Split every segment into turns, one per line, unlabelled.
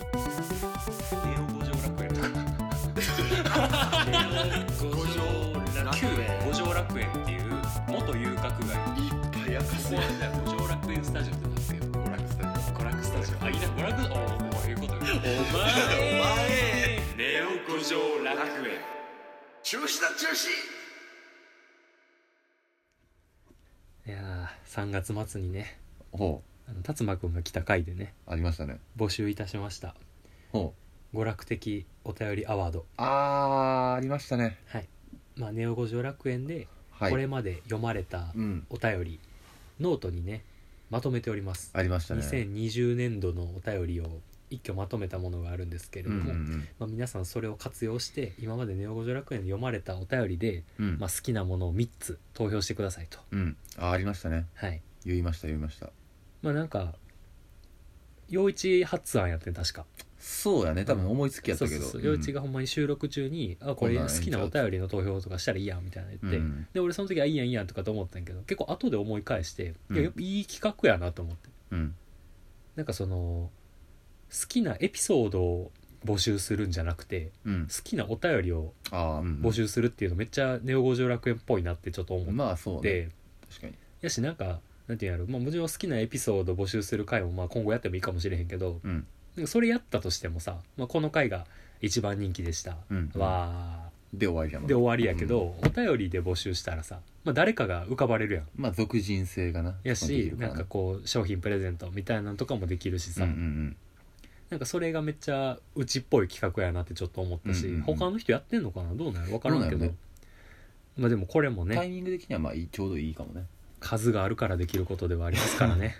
ネオ五条楽園五条楽園五条楽園っていう元遊郭街
いやかす
ここ
よ
はね五条楽園スタジオってなってる
娯楽スタジ
娯楽スタジオあいいな娯楽おおこういうことねお
お前
ネオ五条楽園
オ中止だ中止
いやー3月末にね
ほ
あの辰馬くんが来た回でね
うありましたね
募集いたしました
ほ
娯楽的お便りアワード
うあーありましたね
はいまあネオ五条楽園で
は
こ
い
れまで読まれた
うん
お便り、ノートにねまとめております、
ありましたね
2020年度のお便りを一挙まとめたものがあるんですけれ
う
ど
ん
も、
うん
まあ、皆さんそれを活用して今までネオ五条楽園で読まれたお便りで、
うんうん
まあ、好きなものを3つ投票してくださいと
うんあーありましたね
はい
言いました言いました
まあなんか陽一発案やってん確か
そうやね多分思いつきやったけど
そうそうそう陽一がほんまに収録中に「あこれ
こ
好
んなんええんちゃう
きなお便りの投票とかしたらいいやん」みたいな言って、
うん
で俺その時は「いいやんいいやん」とかと思ったんやけど結構後で思い返して、
うん
いややっぱいい企画やなと思って
うん
なんかその好きなエピソードを募集するんじゃなくて
うん
好きなお便りを
ああうん
募集するっていうのめっちゃネオ五条楽園っぽいなってちょっと思っ
まあそう
て、
ね確かに
やしなんかなんていうんやろ、まあ、もちろん好きなエピソード募集する回もまあ今後やってもいいかもしれへんけど
うん
なんかそれやったとしてもさ、まあ、この回が一番人気でした、
うん
わ
で終わりや
ー
もん
で終わりやけど、お便りで募集したらさ、まあ、誰かが浮かばれるやん
まあ俗人性がな
や
でき
し
るら
なんかこう商品プレゼントみたいなのとかもできるし
うん
さ、
うんうん
なんかそれがめっちゃうちっぽい企画やなってちょっと思ったし、
うんうんうん
他の人やってんのかなどうなる分からんけど
どうなんやろね
まあでもこれも
タ
ね
イミング的にはまあいいちょうどいいかもね
数があるからできることではありますからね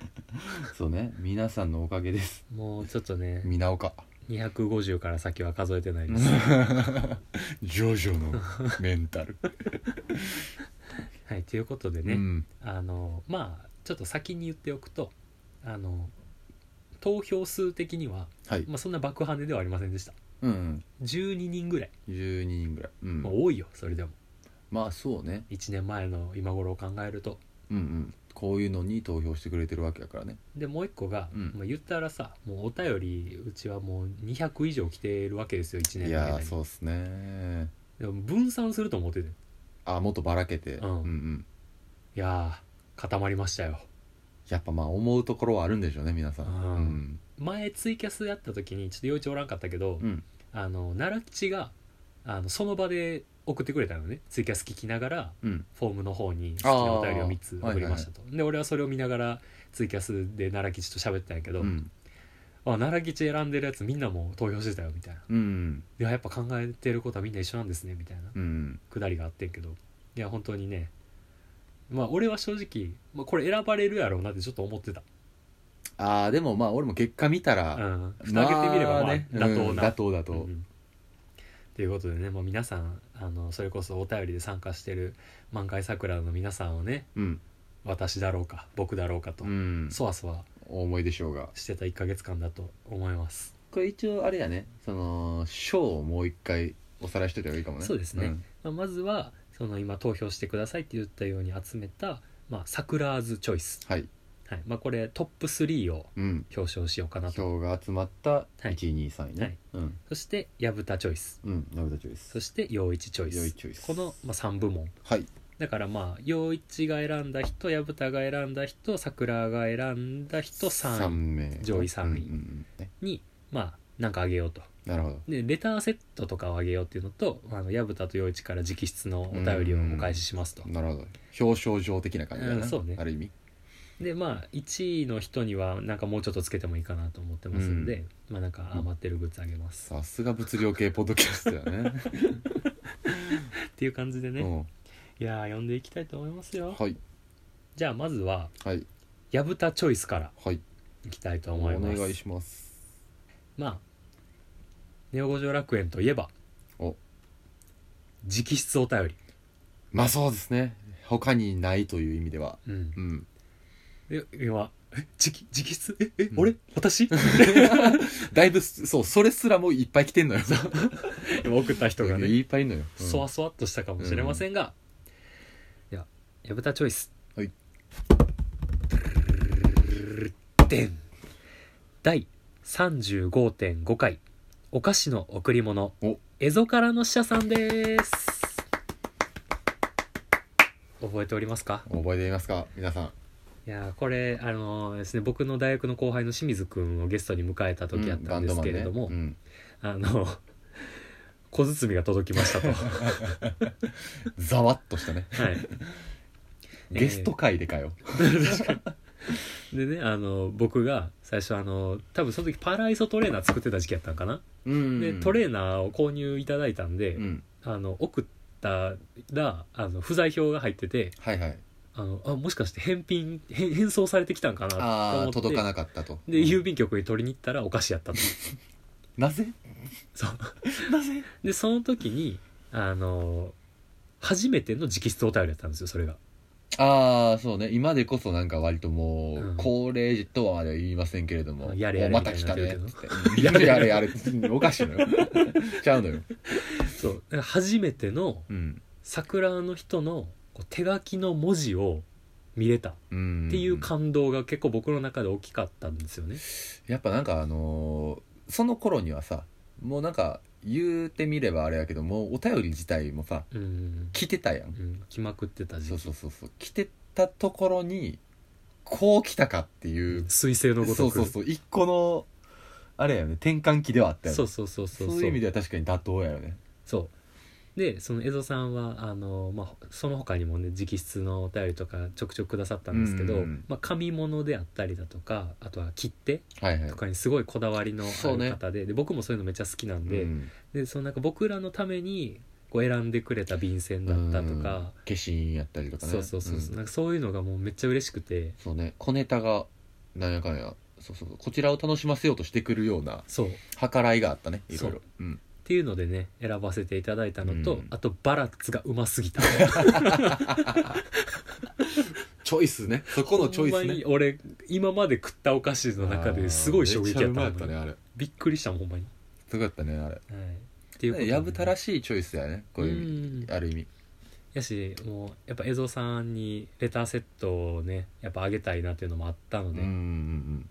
そうね皆さんのおかげです
もうちょっとね
皆 おか
250から先は数えてないです
ジョジョのメンタル
はいということ でね、
うん
あのまあちょっと先に言っておくとあの投票数的には、
はい
まあ、そんな爆跳ねではありませんでした
うん
12人ぐらい、
うん12人ぐらいうん
まあ、多いよそれでも
まあそうね
1年前の今頃を考えると
うんうんこういうのに投票してくれてるわけやからね
でもう一個が、
うん
まあ、言ったらさもうお便りうちはもう200以上来てるわけですよ1年
い
の
や
間
ー
に
そうっすね
でも分散すると思っててい
あもっとばらけて、
うん
うんうん
やー固まりましたよ
やっぱまあ思うところはあるんでしょうね皆さん、
うん
うん
前ツイキャスやった時にちょっと陽一おらんかったけど、
うん
あの奈良吉があのその場で送ってくれたのねツイキャス聞きながら
うん
フォームの方に好き
あ
な
ー
お便りを3つ送りましたと、で俺はそれを見ながらツイキャスで奈良吉と喋ってたんやけど、
うん
あ奈良吉選んでるやつみんなもう投票してたよみたいな
うん
いややっぱ考えてることはみんな一緒なんですねみたいな
うん
くだりがあってんけどいや本当にねまあ俺は正直、まあ、これ選ばれるやろうなってちょっと思ってた、
ああでもまあ俺も結果見た
う
ら、
ん、蓋開けてみればまあ
ね
妥当な、
うん妥当だと、
うんということでねもう皆さんあのそれこそお便りで参加してる満開桜の皆さんをね
うん、
私だろうか僕だろうかと、
うん、
そわそわ
お思いでしょうが
してた1ヶ月間だと思います
これ一応あれやねその賞をもう一回おさらいしといた方がいいかもね
そうですね
ん
まあ、まずはその今投票してくださいって言ったように集めた、まあ、サクラーズチョイス、
はい
はいまあ、これトップ3を
うん
表彰しようかなと
票が集まった
い
123位ね、
はい
うん
そして薮田チョイス
うんナブタチョイス
そして陽一チョイ
良い
ス
チョイス
この、まあ、3部門
はい
だからまあ陽一が選んだ人薮田が選んだ人桜が選んだ人
3
3
名
上位三位
うんうんうんね
にまあなんかあげようと
なるほど
でレターセットとかをあげようっていうのとあの薮田と陽一から直筆のお便りをお返ししますと
なるほど表彰状的な感じだな、
うんそうね
ある意味
でまあ1位の人にはなんかもうちょっとつけてもいいかなと思ってますんで、まあなんか余ってるグッズあげます、
さすが物量系ポッドキャストだね
っていう感じ でね、
うん
いやー読んでいきたいと思いますよ
はい
じゃあまずは
はい
薮田チョイスから
はい
いきたいと
お
思います
願いします
まあネオ五条楽園といえば
お
直筆お便り、
まあそうですね他にないという意味では
うん、
うん
で今え直直筆ええ、
ん
俺私
だいぶそうそれすらもいっぱい来てんのよ
今送った人がね
いっぱいいんのよ、うん
そわそわっとしたかもしれませんが、いや薮田チョイス
はい
でん第35.5回お菓子の贈り物
お
エゾからの使者さんです覚えておりますか
覚えていますか皆さん
いやーこれあのーですね僕の大学の後輩の清水くんをゲストに迎えた時やったんですけれども、
うんバン
あの小包が届きま したと、は
ドマンね うんざわっとしたね
い、
ゲスト会でかよ、
でねあの僕が最初あの多分その時パラアイソトレーナー作ってた時期やったんかな、
うん
でトレーナーを購入いただいたんで、
うん
あの送ったらあの不在表が入ってて
はいはい
あのあもしかして返品返返送されてきたんかなと
あ
思
あ
って
届かなかったと
で
うん
郵便局に取りに行ったらお菓子やったと
なぜ
そう
なぜ
でその時にあの初めての直筆お便りだったんですよそれが
ああそうね今でこそなんか割ともう、
うん
高齢とはまでは言いませんけれども
やれやれ
おまた来たね
み
ってやれやれやれっておかしいのよ ちゃうのよ、
そうで初めての
うん
桜の人のこう手書きの文字を見れた
うん、
っていう感動が結構僕の中で大きかったんですよね。
やっぱなんかあのーその頃にはさもうなんか言うてみればあれやけどもうお便り自体もさ
うん、
来てたやん
うん、来まくってた時
そう
期
そうそうそう来てたところにこう来たかっていう
彗星のご
そ
と
う
く
そうそう一個のあれやよね転換期ではあったよね
そうそうそうそう
そういう意味では確かに妥当やよね
そうでその江戸さんはあの、まあ、その他にもね直筆のお便りとかちょくちょくくださったんですけど、
うんうん
まあ、紙物であったりだとかあとは切手
はいはい
とかにすごいこだわりのあ
そう
る
ね
方で,、で僕もそういうのめっちゃ好きなんで,、
うん
でそのなんか僕らのためにこう選んでくれた便箋だったと
うん
か、
化身やったりとかね
そうそうそう、
ん
なんかそういうのがもうめっちゃ嬉しくて
そうね小ネタがなんやかんやそうそうそうこちらを楽しませようとしてくるような
そうっ
計らいがあったねいろいろうん
ていうのでね選ばせていただいたのと、
うん
あとバラッツがうますぎた
チョイスね そこのチョ
ほんま
イ
に俺今まで食ったお菓子の中ですごい衝撃や
や
っ
っ
の
たたね
よ
ったねあれ
びっくりしたもんほんまに、
すごかったねあれ
っていうこと
やぶたら
し
しいチョイスやねこういう意味ある意味
やしもうやっぱ江蔵さんにレターセットをねやっぱあげたいなっていうのもあったの
うん
で、
うんうん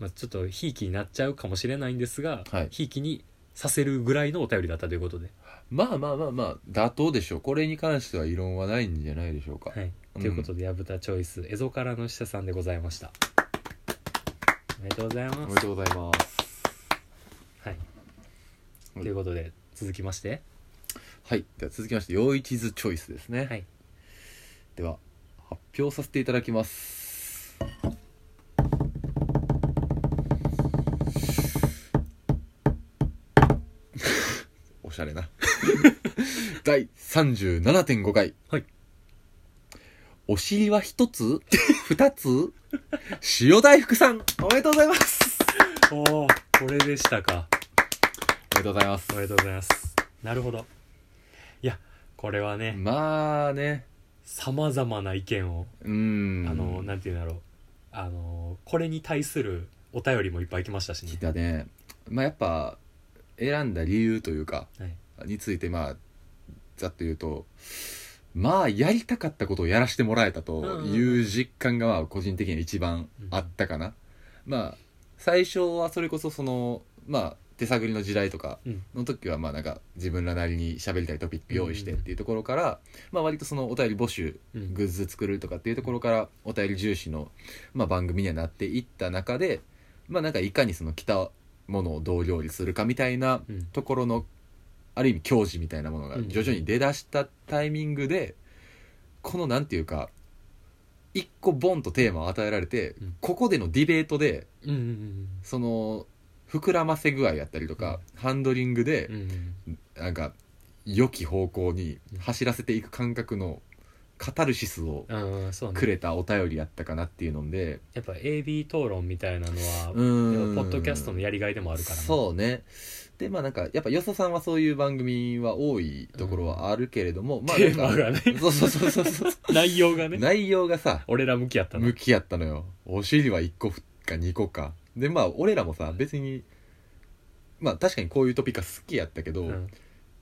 まあ、ちょっとひいきになっちゃうかもしれないんですが
はい
ひいきにさせるぐらいのお便りだったということで、
まあまあまあまあ妥当でしょうこれに関しては異論はないんじゃないでしょうか
はい、
うん
ということでやぶたチョイス江蔵からの下さんでございましたおめでとうござい
お
ます
めでとうございます
はい、
うん
ということで続きまして
はいでは続きまして陽一図チョイスですね
はい
では発表させていただきます おしゃれな 第37.5回
はい
お尻は一つ二つ塩大福さんおめでとうございます
おおこれでしたか
おめでとうございます
おめでとうございますなるほどいやこれはね
まあね
さまざまな意見を、
うん
あのなんていうんだろうあのこれに対するお便りもいっぱい来ましたしね
来たねまあやっぱ選んだ理由というか
はい、
についてまあざっと言うとまあやりたかったことをやらせてもらえたという実感がまあ個人的には一番あったかな、まあ最初はそれこそそのまあ手探りの時代とか
うん
の時はまあなんか自分らなりに喋りたいトピック用意してっていうところから、まあ割とそのお便り募集
うん
グッズ作るとかっていうところからお便り重視の、まあ、番組にはなっていった中でまあなんかいかにその来たものをどう料理するかみたいな
うん
ところのある意味矜持みたいなものが
うん
徐々に出だしたタイミングで、このなんていうか一個ボンとテーマを与えられて、
うん
ここでのディベートで
うんうん
その膨らませ具合やったりとか、ハンドリングで
うんうん
なんか良き方向に
うん
走らせていく感覚のカタルシスを
うんうんそう
く
ね
れたお便りやったかなっていうので
やっぱ AB 討論みたいなのは
う
やっ
ん
ぱポッドキャストのやりがいでもあるからね
そうねでまあなんかやっぱよそさんはそういう番組は多いところはあるけれども、まあなんか
テーマがね
そうそうそうそう そう
内容がね
内容がさ
俺ら向きやったの
向き合ったのよお尻は1個か2個かでまあ俺らもさ別にまあ確かにこういうトピックは好きやったけど、
うん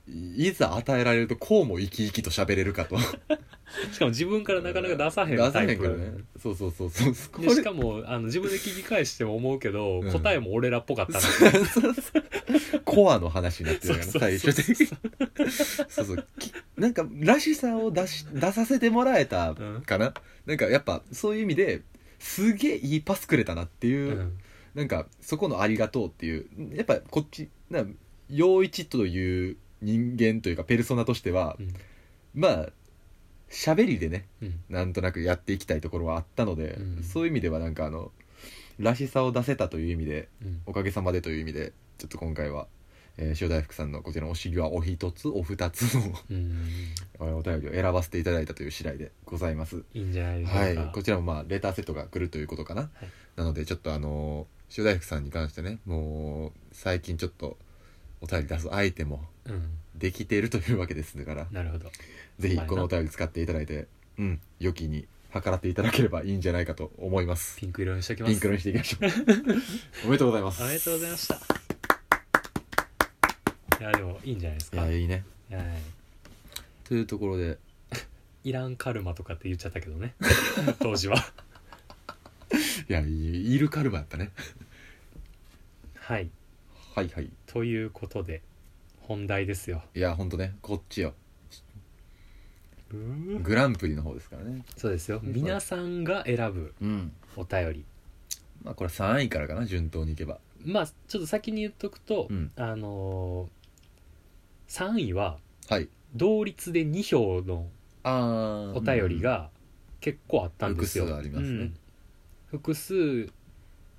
いざ与えられるとこうも生き生きと喋れるかと
しかも自分からなかなか出さへん
出さ
タ
へ
イ
んから
プ
ねそうそうそうそうそこ
でしかもあの自分で聞き返しても思うけど、
うん
答えも俺らっぽかったな
コアの話になってるからね
そうそう
最
そう
終的にそうそうきなんからしさを出し出させてもらえた
うん
かな、なんかやっぱそういう意味ですげえいいパスくれたなっていう、
うん
なんかそこのありがとうっていうやっぱこっちな陽一という人間というかペルソナとしては、
うん
まあ喋りでね
うん
なんとなくやっていきたいところはあったので、
うん
そういう意味ではなんかあのらしさを出せたという意味で
うん
おかげさまでという意味でちょっと今回は、えー塩大福さんのこちらのお尻はお一つお二つの
うん
お便りを選ばせていただいたという次第でございます
いいんじゃないでしょうか、
はいこちらもまあレターセットが来るということかな、なのでちょっとあのー塩大福さんに関してねもう最近ちょっとお便り出す相手も
うん、
できているというわけですから
なるほど
ぜひこのお便り使っていただいてうん良きに計らっていただければいいんじゃないかと思います
ピンク色にしときます
ピンク色にしていきましょう おめでとうございます
おめでとうございましたいやでもいいんじゃないです
い
か、は
や
い、
いいねというところで
イランカルマとかって言っちゃったけどね 当時はい
やいいるカルマやったね
はい
はいはい
ということで本題ですよ
いやほんとねこっちよ
うー
グランプリの方ですからね
そうですよ皆さんが選ぶ
うん
お便り
まあこれ3位からかな順当にいけば
まあちょっと先に言っとくと、
うん
あのー、3位は
はい
同率で2票の
あー
お便りが結構あったんですよ、
複数ありますね
うん複数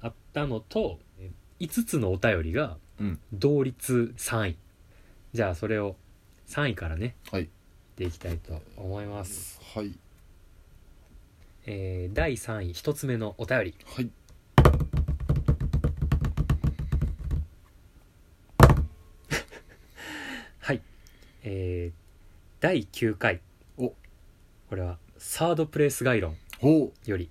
あったのと5つのお便りが
うん
同率3位、じゃあそれを3位からね
はい
でいきたいと思います、
はい
えー第3位1つ目のお便り
はい
はいえー第9回
お
これはサードプレイス概論
ほ
より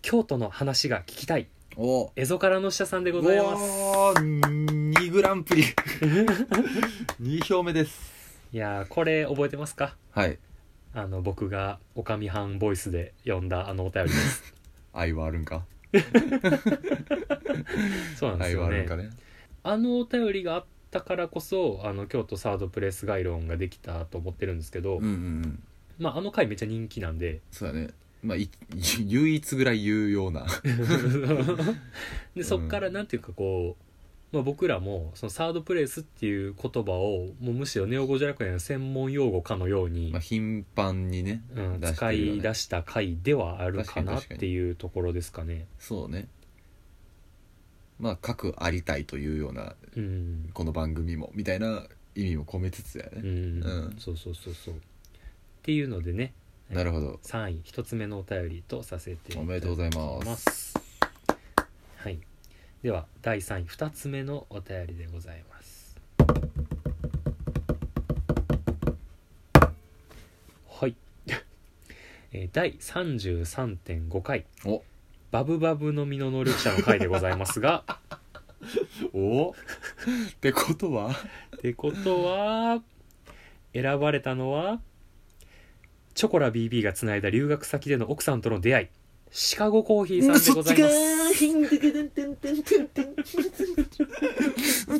京都の話が聞きたいう
お
エゾからの下さんで
う
ございます
お2グランプリ2票目です
いやーこれ覚えてますか
はい
あの僕がおかみはんボイスで読んだあのお便りです
愛はあるんか
そうなんです
愛は
よ
ある
ね
んかね
あのお便りがあったからこそあの京都サードプレス概論ができたと思ってるんですけど、
うんうんうん
まああの回めっちゃ人気なん で
そうだねまあい 唯一ぐらい有用な
でそっからなんていうかこう、まあ、僕らもそのサードプレイスっていう言葉をもうむしろネオ・ゴジラクエの専門用語かのように、
まあ頻繁にね
うん、
出して
使
るよね
い出した回ではあるかなっ
確かに確かに
ていうところですかね。
そうねまあ各ありたいというような
うん
この番組もみたいな意味も込めつつや
う
ね、
ん、
うん
そうそうそうそうっていうのでねうん
なるほど
3位1つ目のお便りとさせていただき
おめでとうございます
ますはい、では第3位2つ目のお便りでございますはい、 えー第33.5回
お
「バブバブの実の能力者」の回でございますが
おってことは
ってことは選ばれたのはチョコラ BB がつないだ留学先での奥さんとの出会いシカゴコーヒーさんでございます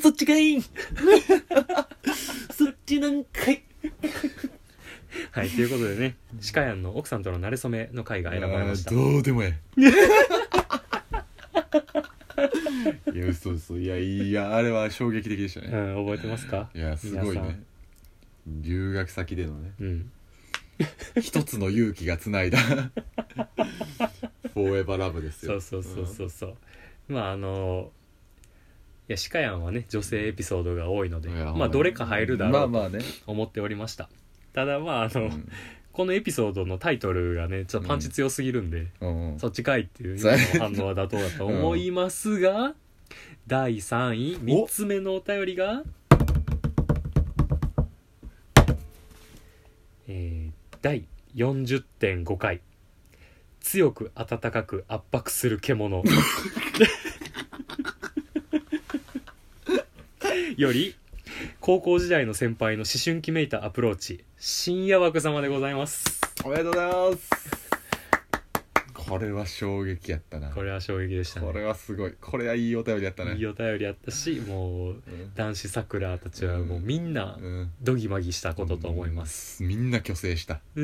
そっちがいい
そっちなんかい
はいということでねシカヤンの奥さんとの馴れ初めの回が選ばれました
どうでもええいや嘘嘘いやいやあれは衝撃的でした
う
ね、
ん覚えてますか
いやすごい
皆さ
ね留学先でのね
うん
一つの勇気が つないだフォーエバーラブです
そ
よ
うそうそうそうそうまああのいやシカヤンはね女性エピソードが多いので
いやほん
まあ
に
どれか入るだろう
ま
と
あ まあね、
思っておりましたただまああ
う
の、
ん
このエピソードのタイトルがねちょっとパンチ強すぎるんで、
うんうん
そっちかいっていう
そう
今の反応は妥当だと思いますが、第3位3つ目のお便りが、えー第40.5回「強く温かく圧迫する獣」 より「高校時代の先輩の思春期めいたアプローチ深夜枠様でございます
おめでとうございますこれは衝撃やったな
これは衝撃でした
こ
ね
れはすごいこれはいいお便りやったね
いいお便りあったしもう
うん
男子さくらたちはもうみんな
うん
どぎまぎしたことと思います、
みんな虚勢した
え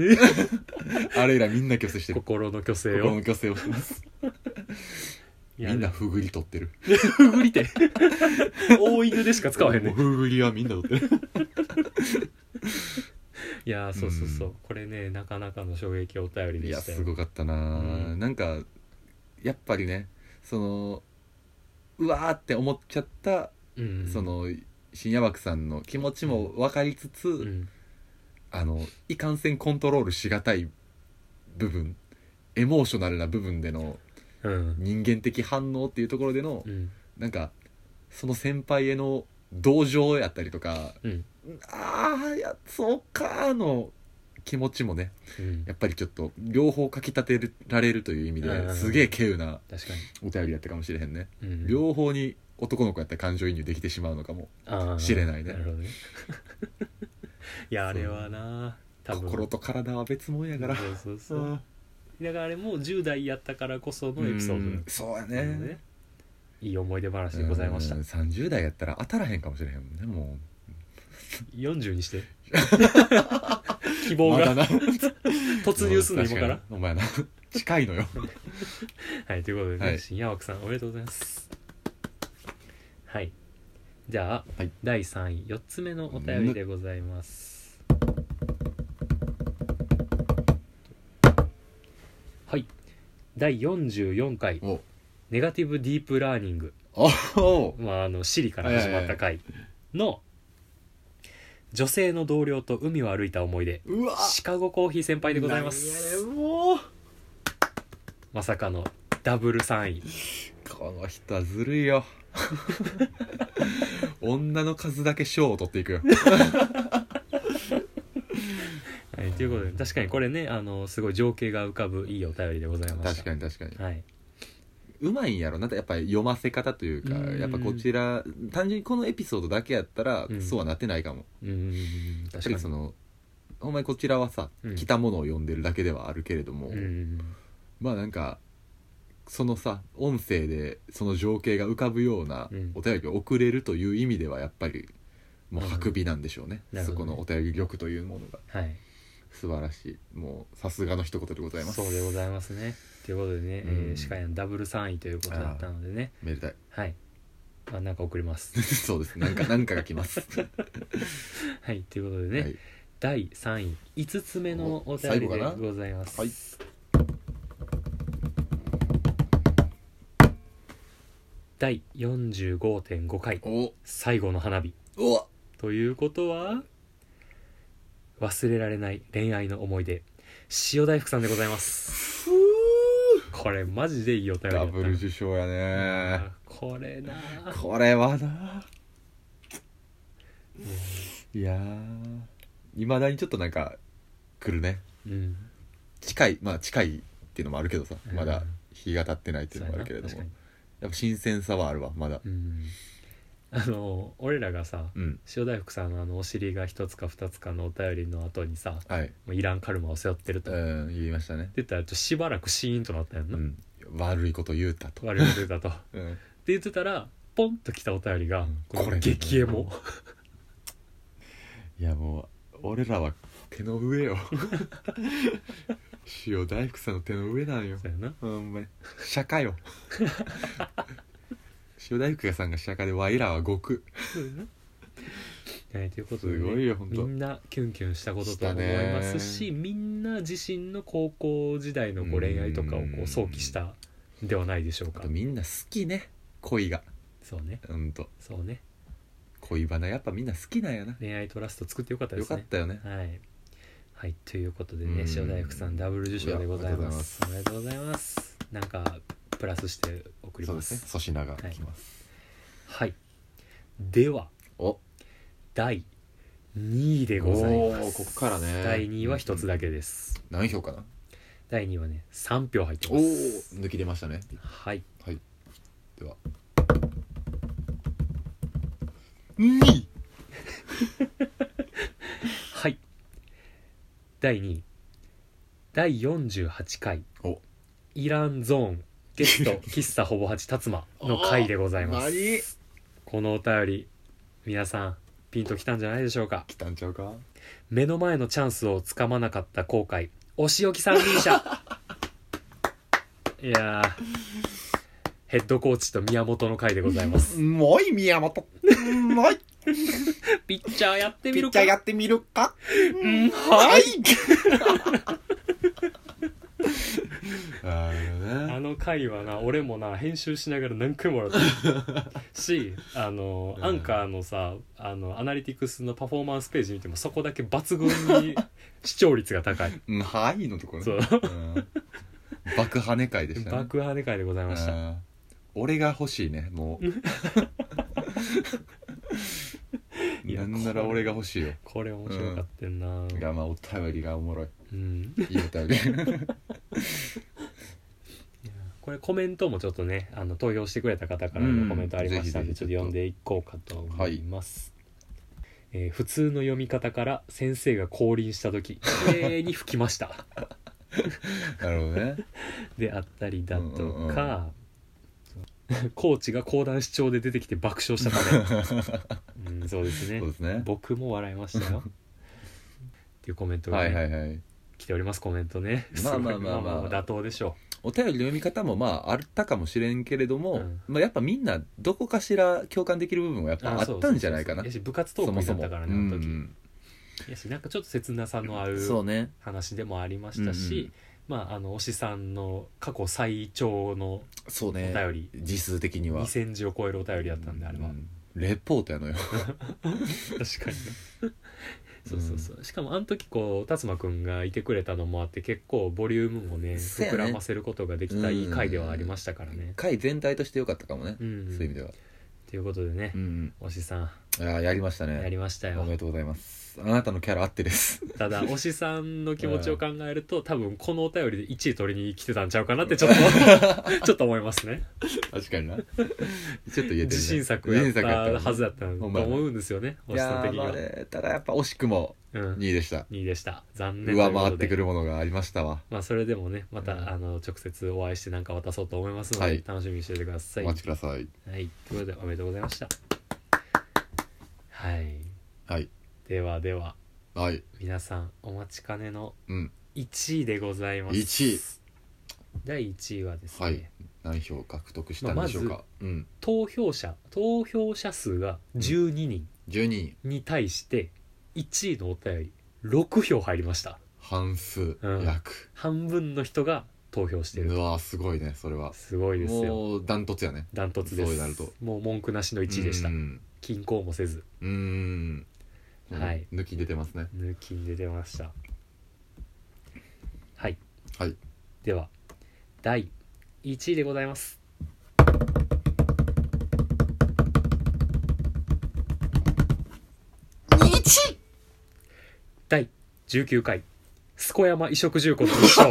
あれらみんな虚勢してる
心の虚勢
心の
を
虚勢をしてますみんなふぐり取ってる
ふぐりて大犬でしか使わへんね
ふぐりはみんな取 ってる
いやーそうそうそう、
うん
これねなかなかの衝撃お便り
い
で
や
したよ
すごかったな、
うん
なんかやっぱりねそのうわーって思っちゃった、
うん、
その深夜枠さんの気持ちも分かりつつ、
うん
あのいかんせんコントロールしがたい部分エモーショナルな部分での
うん
人間的反応っていうところでの、
うん
なんかその先輩への同情やったりとか
うん
ああいやそうかーの気持ちもね
うん
やっぱりちょっと両方かきたてられるという意味
うん
で、すげえ稀有な
確か
お便りやったかもしれへんね、
に、うん、
両方に男の子やったら感情移入できてしまうのかもしれないね
なるほどねいやあれはな多分
心と体は別物やから
そうそうそううんだからあれも10代やったからこそのエピソード
うんそう
な
や
ので
ね
いい思い出話でございました
うん30代やったら当たらへんかもしれへんもんねも
40にして 希
う
望が
な
突入すんの今から
うん確にお前な近いのよ
はいということでね、
はい
深夜枠さんおめでとうございますはいじゃあ、
はい
第3位4つ目のお便りでございますはい第44回
お
ネガティブディープラーニング、
お
まあ、あの Siri から始まった回の女性の同僚と海を歩いた思い出
うわ
シカゴコーヒー先輩でございます
もう
まさかのダブル3位
この人はずる いよ女の数だけ賞を取っていくよ
はい、ということで確かにこれねあのすごい情景が浮かぶいいお便りでございました
確かに確かに
に、はい、
うまいんやろなやっぱり読ませ方というか
うん
やっぱこちら単純にこのエピソードだけやったら
うん
そうはなってないかも、
うーん
やっ
確
ぱ
か
り
に
そのほんまにこちらはさ、
うん
来たものを読んでるだけではあるけれども、
うん
まあなんかそのさ音声でその情景が浮かぶような
うん
お便りを送れるという意味ではやっぱりもう
なるほど
薄美なんでしょうね
なるほ
そ
ど
こ
ね
のお便り力というものが
はい
素晴らしいもうさすがの一言でございます
そうでございますねということでね、え
う
ー、
ん
司会のダブル3位ということだったのでね
めでたい
はいあなんか送ります
そうですなんかなんかが来ます
はいということ でね、
はい
第3位5つ目のお便りでございます、
最後
第45.5回
お
最後の花火
うわ
ということは忘れられない恋愛の思い出塩大福さんでございますこれマジでいいお便りだ
ダ
った
ブル受賞やね
あこれなあ
これはないやいまだにちょっとなんか来るね
うん
近いまあ近いっていうのもあるけどさ
うん
まだ日が経ってないってい
そうう
の
や
もあ
な
るけれど
確
も
か
や
に
っぱ新鮮さはあるわまだ
うんあの俺らがさ
うん
塩大福さんのあのお尻が一つか二つかのお便りの後にさ
はい
もうイランカルマを背負ってると、って
うん言いましたね
言ったらちょっとしばらくシーンとなったやん
う
な、
ん悪いこと言うたと
我々出たとって
うん
言ってたらポンと来たお便りが、
うん
こ
こ
れ
れ
激エモ
いやもう俺らは手の上 よ塩大福さんの手の上なんよ
そうやな
ほんまに釈 迦よ塩大福さんが釈迦でわいらは極
はい、ということで、ね、
すごいよほん
み
と
んなキュンキュンしたこと
し
と
た
思
ね
いますしみんな自身の高校時代のこう
うん
恋愛とかをこう想起したんではないでしょう
あ
か
とみんな好きね恋が
そうね
うんと
そうね
恋バナやっぱみんな好きなんやな
恋愛トラスト作ってよかったで
よ
す
かっ
ね
たよね
はい、はい、ということでね
うん
塩大福さんダブル受賞でございますお
い
めでとうございますなんかプラスして送り
そう
ま
ですすね粗品が来ます、
はいでは
お
第2位でございます
おーここからね
第2位は1つだけです、
何票かな
第2位はね3票入って
おお
ます
抜き出ましたね
はい
はいでは2
はい第2位第48回
お
イランゾーンゲスト 喫茶ほぼ八辰馬の回でございます
何
このお便り皆さんピンときたんじゃないでしょうか
来たんちゃうか
目の前のチャンスをつかまなかった後悔お仕置き三輪車 いやーヘッドコーチと宮本の回でございます
もうい宮本もうい
ピッチャーやって
ピッチャーやってみるか
うん
は
はいい
あの
あ
ね
の回はな俺もな編集しながら何回も笑ったしあの、
うん
アンカーのさあのアナリティクスのパフォーマンスページ見てもそこだけ抜群に視聴率が高い
うんはいのところね
そう
うん爆跳ね会でしたね
爆破でかいでございました
うん俺が欲しいねも う
いや
なんなら俺が欲しいよ
これ面白かったんな、
がまあお便りがおもろい
うん
いいお便 り
これコメントもちょっとねあの投票してくれた方からのコメントありましたんで、
うん
ち
ぜ
ょっ
ひぜひ
と読んでいこうかと思います、えー普通の読み方から先生が降臨した時「えー」に吹きました
なるほどね
であったりだとか、
うんうんうん
コーチが講談主張で出てきて爆笑したため、うん、そうですね
そうですね
僕も笑いま したよっていうコメントが、
は
ね
いはいはい
来ておりますコメントね
まあまあま あまあ
すごいもう妥当でしょ
お便りの読み方もまああったかもしれんけれども、
うん
まあ、やっぱみんなどこかしら共感できる部分はやっ
う
ぱあったんじゃないか
そうそうそ
な
うやし部活トー
そ
ク
も
にな
そ
っ
も
たからねあの時、やしなんかちょっと切なさのあ
う
る
ん、そうね
話でもありましたし、まああの推しさんの過去最長の
そう
お
ね
便り、
字数的には
2,000字を超えるお便りだったんであれは、
うレポートやのよ
確 かにねそうそうそうしかもあの時こう辰馬くんがいてくれたのもあって結構ボリュームもね
そうや
膨
ね
らませることができたいい回ではありましたからね
回全体としてよかったかもね、
うん
そういう意味では、
ということでね
う、ん
推しさん
うん、ああやりました
やり
ね
ました
お
よ
めでとうございますあなたのキャラあってです
ただ推しさんの気持ちを考えると多分このお便りで1位取りに来てたんちゃうかなってちょっとちょっと思いますね
確かに なちょっと 言えてるね
自信作やっ
自信
た
ね
はずだったと
ほんまやな
思うんですよね
い
星さ
や
ん的
ー
に
ま
は
あ、ねただやっぱ惜しくも
うん
2位でした
2位でした残念とい
上
うことで
回ってくるものがありましたわ
まあそれでもねまた、
うん
あの直接お会いして何か渡そうと思いますので、
はい
楽しみにしててくださ
お
い
待ちください
はいということでおめでとうございましたはい
はい
ではでは
はい
皆さんお待ちかねの
うん
1位でございます
1位
第1位はですね、
はい何票獲得したんでしょうか、
まあ
うん
投票者投票者数が12人
12人
に対して1位のお便り6票入りました
半数
うん
約、
半分の人が投票して
う
る
わーすごいねそれは
すごいですよ
もうダントツやね
ダントツです
そうなると
もう文句なしの1位でした
うん
均衡もせず
うん
はい
抜き出てますね
抜きんで出ましたはい
はい
では第1位でございます第19回健山衣食住庫の一生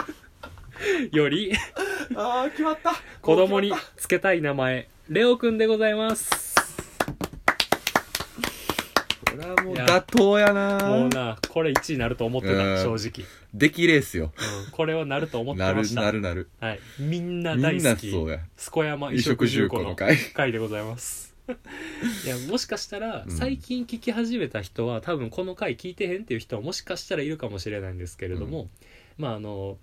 より
ああ決まった
子供につけたい名前レオくんでございます
これはも
いや
当やな
もうなこれ1位になると思ってた
うん
正直、
できレースよ
うんこれはなると思ってま
なる
した
なるなる
はい、みんな
みん
大
な
好き
そうや
健山衣
衣食
食
住
住庫
庫の
の
会
回でございます いやもしかしたら
うん
最近聞き始めた人は多分この回聞いてへんっていう人はもしかしたらいるかもしれないんですけれども、まああの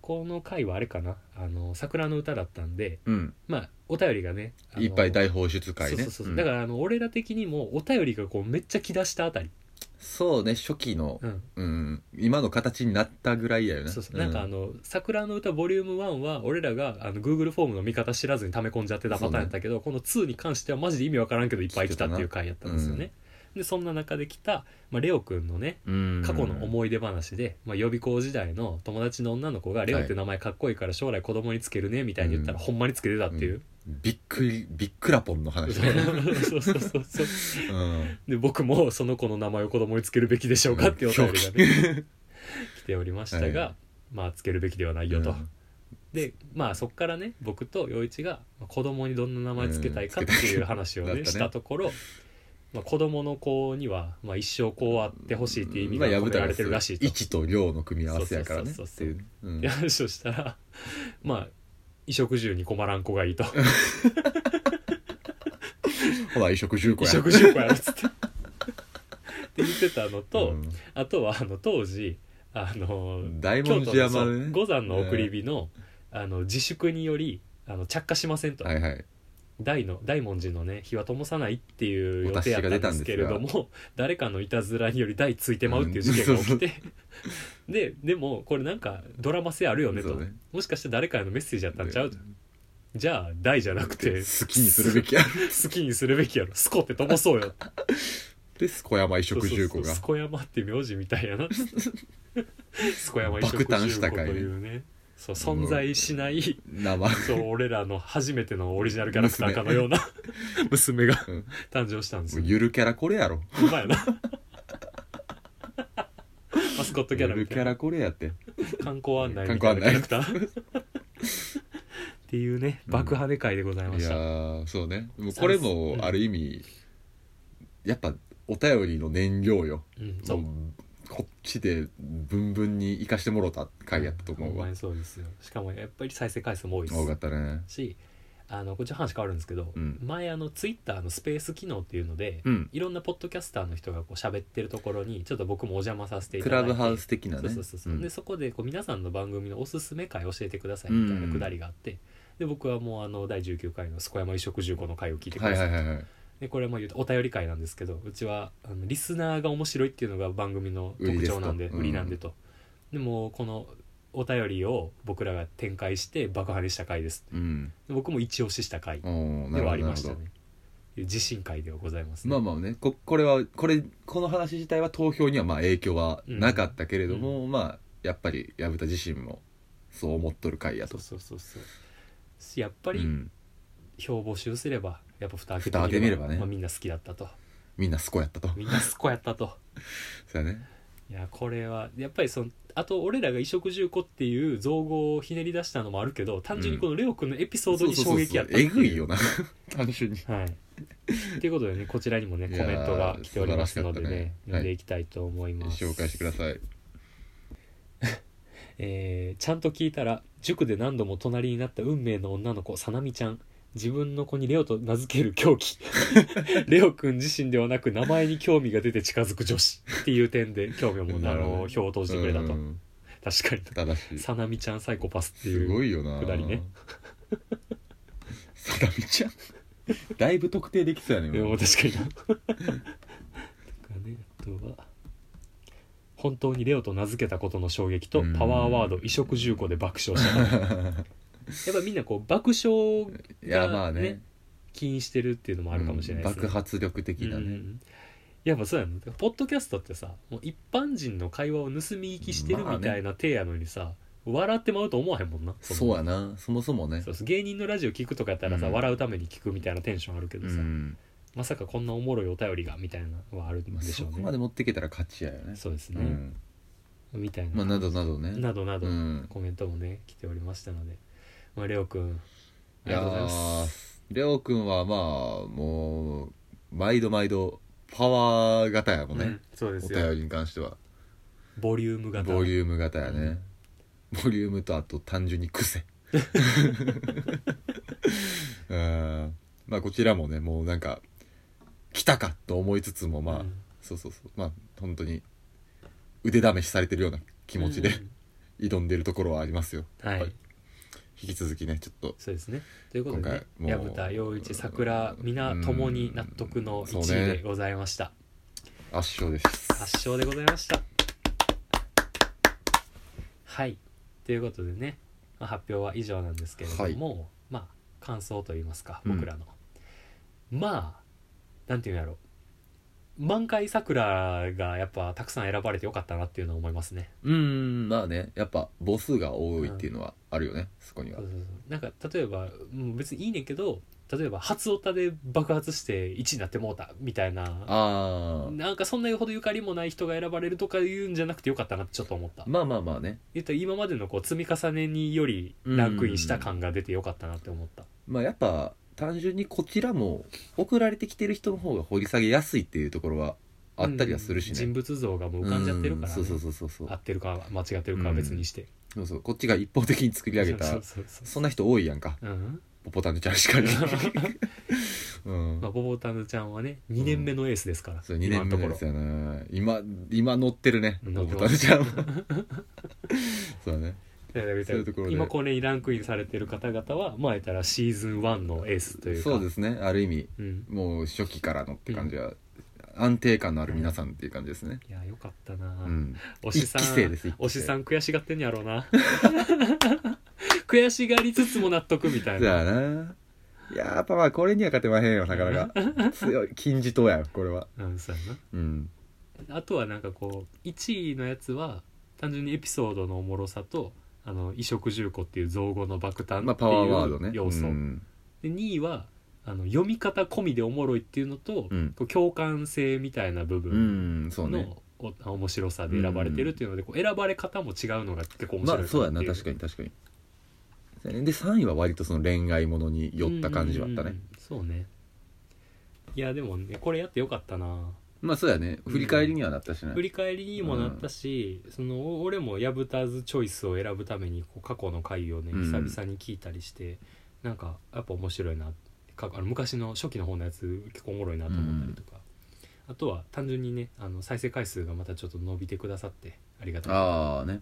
この回はあれかなあの桜の歌だったんで
うん
まあお便りがねあの
いっぱい大放出会ね
そうそうそう、
うん
だからあの俺ら的にもお便りがこうめっちゃ来だしたあたり、
そうね初期の
うん
うん今の形になったぐらいやよね
そうそうなんかあの「桜の歌ボリューム1は俺らがあの Google フォームの見方知らずに溜め込んじゃってたパターンやったけど、この2に関してはマジで意味わからんけどいっぱい来たっていう回やったんですよね、でそんな中で来た、まあ、レオくんのね
うん
過去の思い出話で、まあ、予備校時代の友達の女の子が「レオって名前かっこいいから将来子供につけるね」みたいに言ったら、
うん
ほんまにつけてたっていう、
びっくりびっくらポンの話ね
そうそうそうそう
うん
で僕もその子の名前を子供につけるべきでしょうかっていうお便りがね来ておりましたが、
は
まあつけるべきではないよと、
うん
でまあそっからね僕と陽一がまあ子供にどんな名前つけたいかっていう話をね,、
うんだったね
したところ、まあ、子供の子には、まあ、一生こうあってほしいっていう意味が込められてるらしいと。
息と量の組み合わせやからね
そう
っ
そ
て
う
い
そう
う、うん
で話をしたらまあ衣食住に困らん子が いいと
ほら衣食住
衣
個や
食住子やろっつってって言ってたのと、
うん
あとはあの当時あの
大
京
文
都
字
の
山
そ
で
う
ね
五山の送り火の,、あの自粛によりあの着火しませんと、
はいはい
大の大文字のね火は灯さないっていう予定やったんですけれど
お達
も誰かのいたずらにより大ついてまうっていう事件が起 きて、ででもこれなんかドラマ性あるよね
そ
と
うね
もしかして誰かへのメッセージやったんちゃうとじゃあ大じゃなくて
好きにするべきや
好きにするべきやろスコって飛ばそうよ
で小山衣食住個が
スコヤマって名字みたい やなスコヤマ
爆誕した
と
かい
いうねそう存在しない
生
そう俺らの初めてのオリジナルキャラクターかのような娘が
うん
誕生したんですよ
ゆるキャラこれやろ
うまいなマスコットキ
ゆ
ャラみ
る
た
キ
いな
ャラこれやって
観光案内みたいなキャラクターっていうね
うん
爆破で会でございま
い
し
や
た、
ーそうねもうこれもある意味、やっぱお便りの燃料よ
うんそう
もうこっちでブンブンに生かしてもろた回やったと思
ほ
うん
ま
わ
にそうですよしかもやっぱり再生回数も多いで
多
す
かったね
しあのこっちの話変わるんですけど、
うん
前あのツイッターのスペース機能っていうので、
うん
いろんなポッドキャスターの人がこう喋ってるところにちょっと僕もお邪魔させてい
ク
ただ
ラ
いて
ブハウス的な
そ
ね
うそうそうそう、
うん
でそこでこう皆さんの番組のおすすめ回教えてくださいみたいなくだりがあって、で僕はもうあの第19回の「健山衣食住庫」の回を聞いてくだ
は
さ
い
い、
はいはいはい
でこれはまあ言うとお便り会なんですけどうちはあのリスナーが面白いっていうのが番組の特徴なんで売り
売りですとうん
なんでと、でもうこのお便りを僕らが展開して爆破でした回です
うん
で僕も一押しした回
おーな
で
る
はあ
ほ
り
どな
ま
る
し
ほ
たね
ど
いう自信回ではございますね、
まあまあねここれはこれこの話自体は投票にはまあ影響はなかったけれども、まあやっぱり薮田自身もそう思っとる回や
そ
と
うそうそうそうしやっぱ
う
り
ん、
票募集すればやっぱ蓋開けて
蓋開けてみればね
まあ、みんな好きだったと
みんなすこやったと
みんな好こやったと
そうやね
いやこれはやっぱりそのあと俺らが衣食住個っていう造語をひねり出したのもあるけど単純にこのレオ君のエピソードに衝撃やったって
え
いう
ぐいよな単純に
はい。ということでね、こちらにもね、
い
コ
やー
メントが来ておりますのでね、
素晴らしかったね
読んでいきたいと思います。
紹介してください
えーちゃんと聞いたら、塾で何度も隣になった運命の女の子、さなみちゃん。自分の子にレオと名付ける狂 気。レオ君自身ではなく、名前に興味が出て近づく女子っていう点で、興味を持って、あ
なるほど
の、
ね
票を投じてくれたと
う。ん
確かに。
正しい
さなみちゃんサイコパスってい
す
う。
ご いよな
くだり ね
さだみちゃんだいぶ特定できそうやね
で
も
も
う
確かになとかねあとは本当にレオと名付けたことの衝撃と
うん
パワーワード「異色重工」で爆笑したやっぱみんなこう爆笑
いやまあね
起因してるっていうのもあるかもしれないですね、
爆発力的な
う
ね
んやっぱそうやのポッドキャストってさもう一般人の会話を盗み聞きしてるみたいな体やのにさ、笑ってまうと思わへんもんな
そうや
な
なそもそもね
そうそう芸人のラジオ聞くとかやったらさ、
うん
笑うために聞くみたいなテンションあるけど
う
さ、
ん
まさかこんなおもろいお便りがみたいなのはあるん
まあ
でし
そ
ょう
こ
ね、
まで持ってけたら勝ちやよね
そうです
う
ね、
ん
みたい
ま
な、
あなどなどね
などなど、
うん
コメントもね来ておりましたので、まあ、レオくんありが
いや
とうございま
ー
す
レオくんはまあもう毎度毎度パワー型やもん
う
ね
んそうで
お
すよ
便りに関しては
ボリューム型
ボリューム型やね、ボリュームとあと単純に癖うんまあこちらもねもうなんか来たかと思いつつもまあ、
うん
そうそうそうまあ本当に腕試しされてるような気持ちで、
うん
挑んでるところはありますよ
はい、
はい引き続きねちょっと
そうですねということでね
今回
薮
もう
田陽一桜皆ともに納得の1
そう
位
ね
でございました、
圧勝です
圧勝でございましたはいということでね、まあ、発表は以上なんですけれども、まあ感想といいますか
うん
僕らの、まあなんていうんやろう満開桜がやっぱたくさん選ばれてよかったなっていうのは思いますね
うんまあねやっぱ母数が多いっていうのはあるよね、そこには
そうそうそうなんか例えばうん別にいいねんけど例えば初オタで爆発して1になってもうたみたいな
ああ
なんかそんなほどゆかりもない人が選ばれるとか言うんじゃなくてよかったなってちょっと思った
まあまあまあね
言ったら今までのこう積み重ねによりランクインした感が出てよかったなって思った、
まあやっぱ単純にこちらも送られてきてる人の方が掘り下げやすいっていうところはあったりはするしね、
人物像がもう浮かんじゃってるから、ね
うんそうそうそうそう
合ってるか間違ってるかは別にして、
そうそうこっちが一方的に作り上げた
そ
そう
そうそうそ
んな人多いやんか
ううん
ポポタヌちゃんし かり、うん
まあ、ボボタヌちゃんはね2年目のエースですから、
そう2年目のやつやな今今乗ってるね
乗って
ポ
ま
タヌ
す
ちゃんは そうだね
今のところ
そういうところで
今これにランクインされてる方々はまあ言ったらシーズン1のエースというか
そうですねある意味
うん、
もう初期からのって感じは、安定感のある皆さんっていう感じですね
いやよかったな、
うん、
おしさん
一期生です一期生
おしさん悔しがってんやろうな 悔しがりつつも納得みたい
じ
な
ゃあなやっぱまあこれには勝てまへんよなかなか強い金字塔やこれは
うんそうや
うん
なあとはなんかこう1位のやつは単純にエピソードのおもろさとあの衣食住個っていう造語の爆誕
まあ
って
パワーワードね
いう要素、
うん
で2位はあの読み方込みでおもろいっていうのと、
うん
こう共感性みたいな部
う
分
んそうね
のお、面白さで選ばれてるっていうので、こう選ばれ方も違うのが結構面白い
まあそうやな確かに確かにそうやねで3位は割とその恋愛ものに寄った感じはあったね、
うんうんうんそうねいやでもねこれやってよかったな
まあそうやね振り返りにはなったしね、
振り返りにもなったし、そのお俺もヤブタズチョイスを選ぶためにこう過去の回をね
うん
久々に聞いたりして、なんかやっぱ面白いなかあの昔の初期の方のやつ結構おもろいなと思ったりとか、あとは単純にねあの再生回数がまたちょっと伸びてくださってありがたい
ああね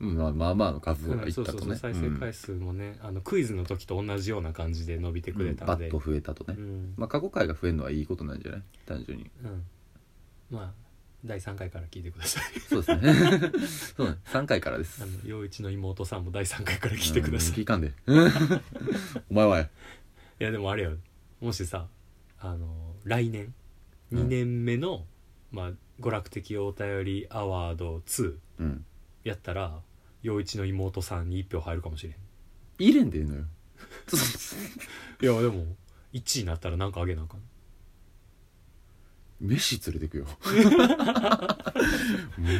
うんまあまあまあの数がいった
そう
と
そうそう
ね
再生回数もね、あのクイズの時と同じような感じで伸びてく
う
れ
ん
たの
バ
で、
ッと増えたとね、
うん
まあ過去回が増えるのはいいことなんじゃない単純に
うん、まあ第3回から聞いてくださ い
そうです ねそうね3回からです
あの陽一の妹さんも第3回から聞いてください、
うん聞
い
かんで お前はや
やでもあれよもしさあの来年
うん
2年目の、まあ、娯楽的お便りアワード2
うん
やったら陽一の妹さんに1票入るかもしれん
入れんでいいのよ そう
いやでも1位になったらなんかあげなあかん
飯連れてく よも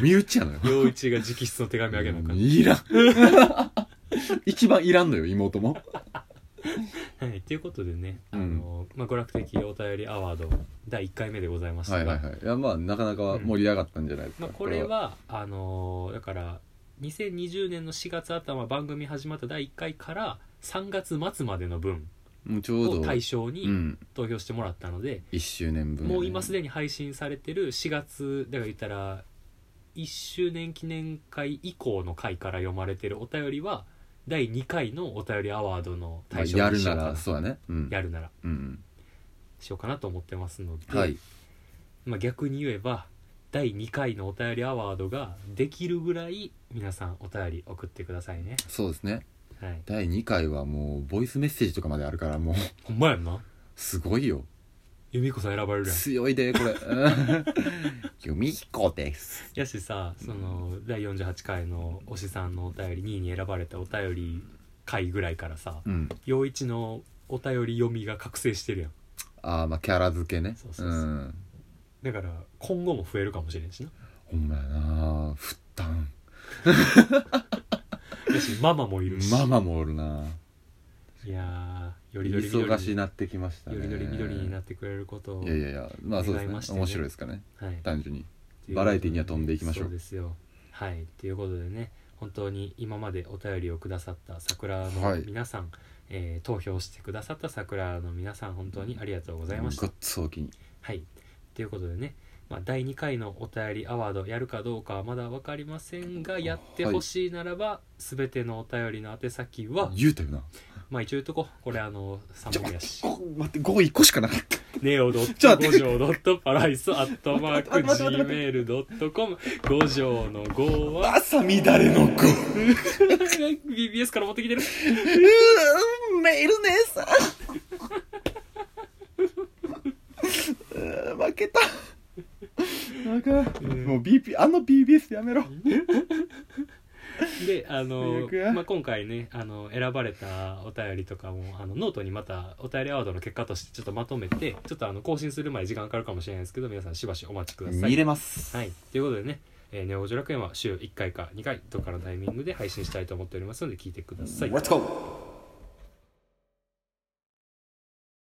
う身内やのよ
陽一が直筆の手紙あげなあかん、
いらん 一番いらんのよ妹も
はい、ということでね、
うん
あのまあ、娯楽的お便りアワード第1回目でございました
は
が、
いはいはいいやまあなかなか盛り上がったんじゃないですか、
まあ、これはあのーだから2020年の4月頭番組始まった第1回から3月末までの分
もうちょう
を
ど
対象
う
に
ん
投票してもらったので、
1周年分やね、
もう今すでに配信されてる4月だから言ったら1周年記念会以降の回から読まれてるお便りは第2回のお便りアワードの
まあ
対象
や
に
る
しよ
な
うから
そうやねうん
やるなら
うん
しようかなと思ってますので、
はい
まあ、逆に言えば第2回のお便りアワードができるぐらい皆さんお便り送ってくださいね
そうですね
はい
第2回はもうボイスメッセージとかまであるからもう
ほんまやんな
すごいよ
由美子さん選ばれるやん
強いでこれ 由美子です
やしさその第48回の推しさんのお便り2位に選ばれたお便り回ぐらいからさ
うん
陽一のお便り読みが覚醒してるやん
ああまあキャラ付けね
そうそうそうんだから今後も増えるかもしれんしな
ほんまやな負担
やしママもいるし
ママもおるない
やーよりどり緑
忙し
に
になってきましたね
よりどり緑になってくれることを
いやいやいやまあそうで
願
す
い
ね
ましてね
面白いですかね
はい
単純にバラエティには飛んでいきましょう
そうですよはいということでね本当に今までお便りをくださった桜の皆さん、えー投票してくださった桜の皆さん本当にありがとうございました、
ごっつおおきに
はいということでね、まあ、第2回のお便りアワードやるかどうかはまだ分かりませんがやってほしいならば、全てのお便りの宛先は、
言うたよな
まあ一応言うとここれあの3本目やし
こ待って5一個しかなかった
ネオドッ
ちょっ
ト五
と待
条ドットパライスアットマーク gmail ドットコム五条の五は
朝乱れの子
BBS から持ってきてる
うーメール姉さんうー負けた負けたもう BP あの BBS やめろ
であの
最悪、や
まあ、今回ねあの選ばれたお便りとかもあのノートにまたお便りアワードの結果としてちょっとまとめてちょっとあの更新する前に時間かかるかもしれないですけど皆さんしばしお待ちください
見れます
はい、ということでね「えー、ネオジ楽園」は週1回か2回とかのタイミングで配信したいと思っておりますので聞いてください
レッツゴー